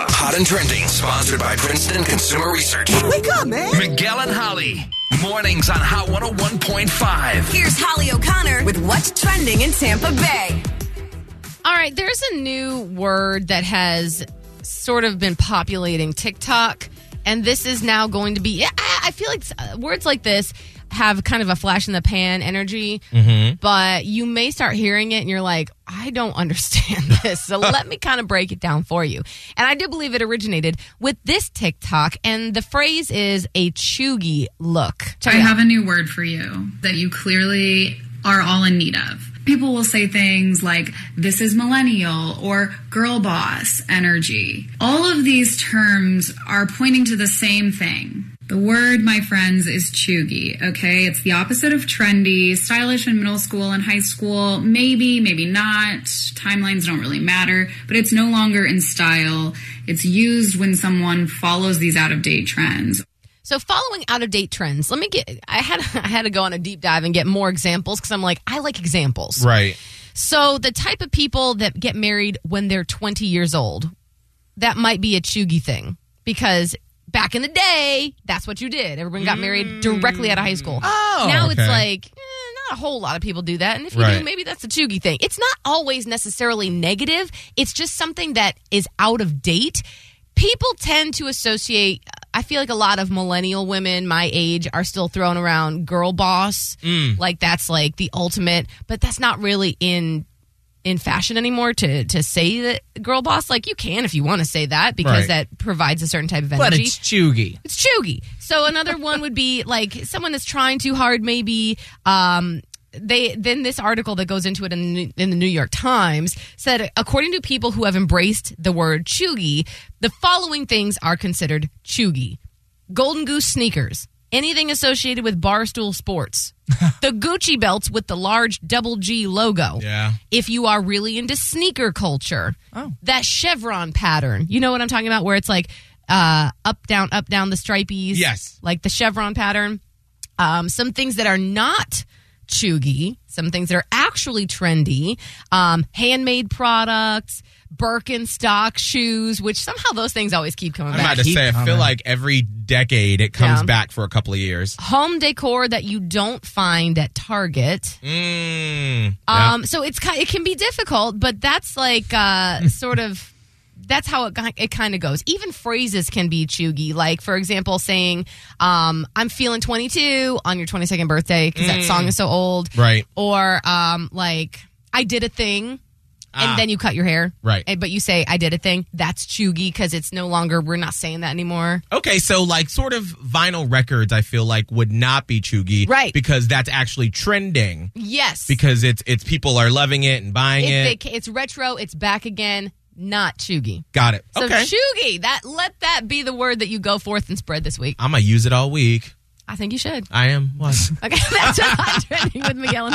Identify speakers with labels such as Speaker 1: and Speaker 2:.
Speaker 1: Hot and Trending, sponsored by Princeton Consumer Research.
Speaker 2: Wake up, man.
Speaker 1: Miguel and Holly, mornings on Hot 101.5.
Speaker 3: Here's Holly O'Connor with what's trending in Tampa Bay.
Speaker 4: All right, there's a new word that has sort of been populating TikTok, and this is now going to be. I, I feel like uh, words like this have kind of a flash in the pan energy, but you may start hearing it and you're like, I don't understand this. So let me kind of break it down for you. And I do believe it originated with this TikTok, and the phrase is a chuggy look. Check
Speaker 5: I
Speaker 4: it out.
Speaker 5: have a new word for you that you clearly are all in need of. People will say things like, this is millennial or girl boss energy. All of these terms are pointing to the same thing. The word, my friends, is chuggy, okay? It's the opposite of trendy, stylish in middle school and high school, maybe, maybe not. Timelines don't really matter, but it's no longer in style. It's used when someone follows these out of date trends
Speaker 4: So following out of date trends, let me get I had I had to go on a deep dive and get more examples cuz I'm like I like examples.
Speaker 6: Right.
Speaker 4: So the type of people that get married when they're 20 years old, that might be a chuggy thing because back in the day, that's what you did. Everyone got married directly out of high school.
Speaker 6: Oh,
Speaker 4: now it's
Speaker 6: okay.
Speaker 4: like eh, not a whole lot of people do that, and if you do,
Speaker 6: Right.
Speaker 4: maybe that's a chuggy thing. It's not always necessarily negative. It's just something that is out of date. People tend to associate. I feel like a lot of millennial women my age are still throwing around girl boss,
Speaker 6: Mm.
Speaker 4: like that's like the ultimate, but that's not really in in fashion anymore to to say that girl boss like you can if you want to say that because
Speaker 6: Right.
Speaker 4: that provides a certain type of energy
Speaker 6: But it's chuggy.
Speaker 4: it's chuggy. So another one would be like someone that's trying too hard. Maybe um, they then this article that goes into it in the, in the New York Times said according to people who have embraced the word chuggy, the following things are considered chuggy: golden goose sneakers. Anything associated with barstool sports, the Gucci belts with the large double G logo.
Speaker 6: Yeah. Oh.
Speaker 4: If you are really into sneaker culture, that chevron pattern, you know what I'm talking about, where it's like uh, up, down, up, down the stripies.
Speaker 6: Yes.
Speaker 4: Like the chevron pattern. Um, some things that are not chuggy, some things that are actually trendy, um, handmade products, Birkenstock shoes, which somehow those things always keep coming
Speaker 6: I'm
Speaker 4: back.
Speaker 6: about to
Speaker 7: keep
Speaker 6: say, I feel
Speaker 7: coming.
Speaker 6: like every decade it comes
Speaker 4: Yeah.
Speaker 6: back for a couple of years.
Speaker 4: Home decor that you don't find at Target.
Speaker 6: Mm.
Speaker 4: Um, so it's ki- it can be difficult, but that's like uh, sort of that's how it ki- it kind of goes. Even phrases can be chuggy. Like for example, saying um, "I'm feeling 22" on your 22nd birthday because that song is so old,
Speaker 6: Mm. Right.
Speaker 4: Or um, like I did a thing. And
Speaker 6: Ah.
Speaker 4: then you cut your hair,
Speaker 6: Right.
Speaker 4: And- But you say I did a thing. That's chuggy because it's no longer. We're not saying that anymore.
Speaker 6: Okay, so like sort of vinyl records, I feel like would not be chuggy,
Speaker 4: Right.
Speaker 6: Because that's actually trending.
Speaker 4: Yes,
Speaker 6: Because it's it's people are loving it and buying it.
Speaker 4: it's, it's retro. It's back again. Not chuggy.
Speaker 6: Got it.
Speaker 4: So
Speaker 6: okay,
Speaker 4: chuggy, that let that be the word that you go forth and spread this week.
Speaker 6: I'm gonna use it all week.
Speaker 4: I think you should.
Speaker 6: I am. What?
Speaker 4: Okay, that's hot trending with Miguel and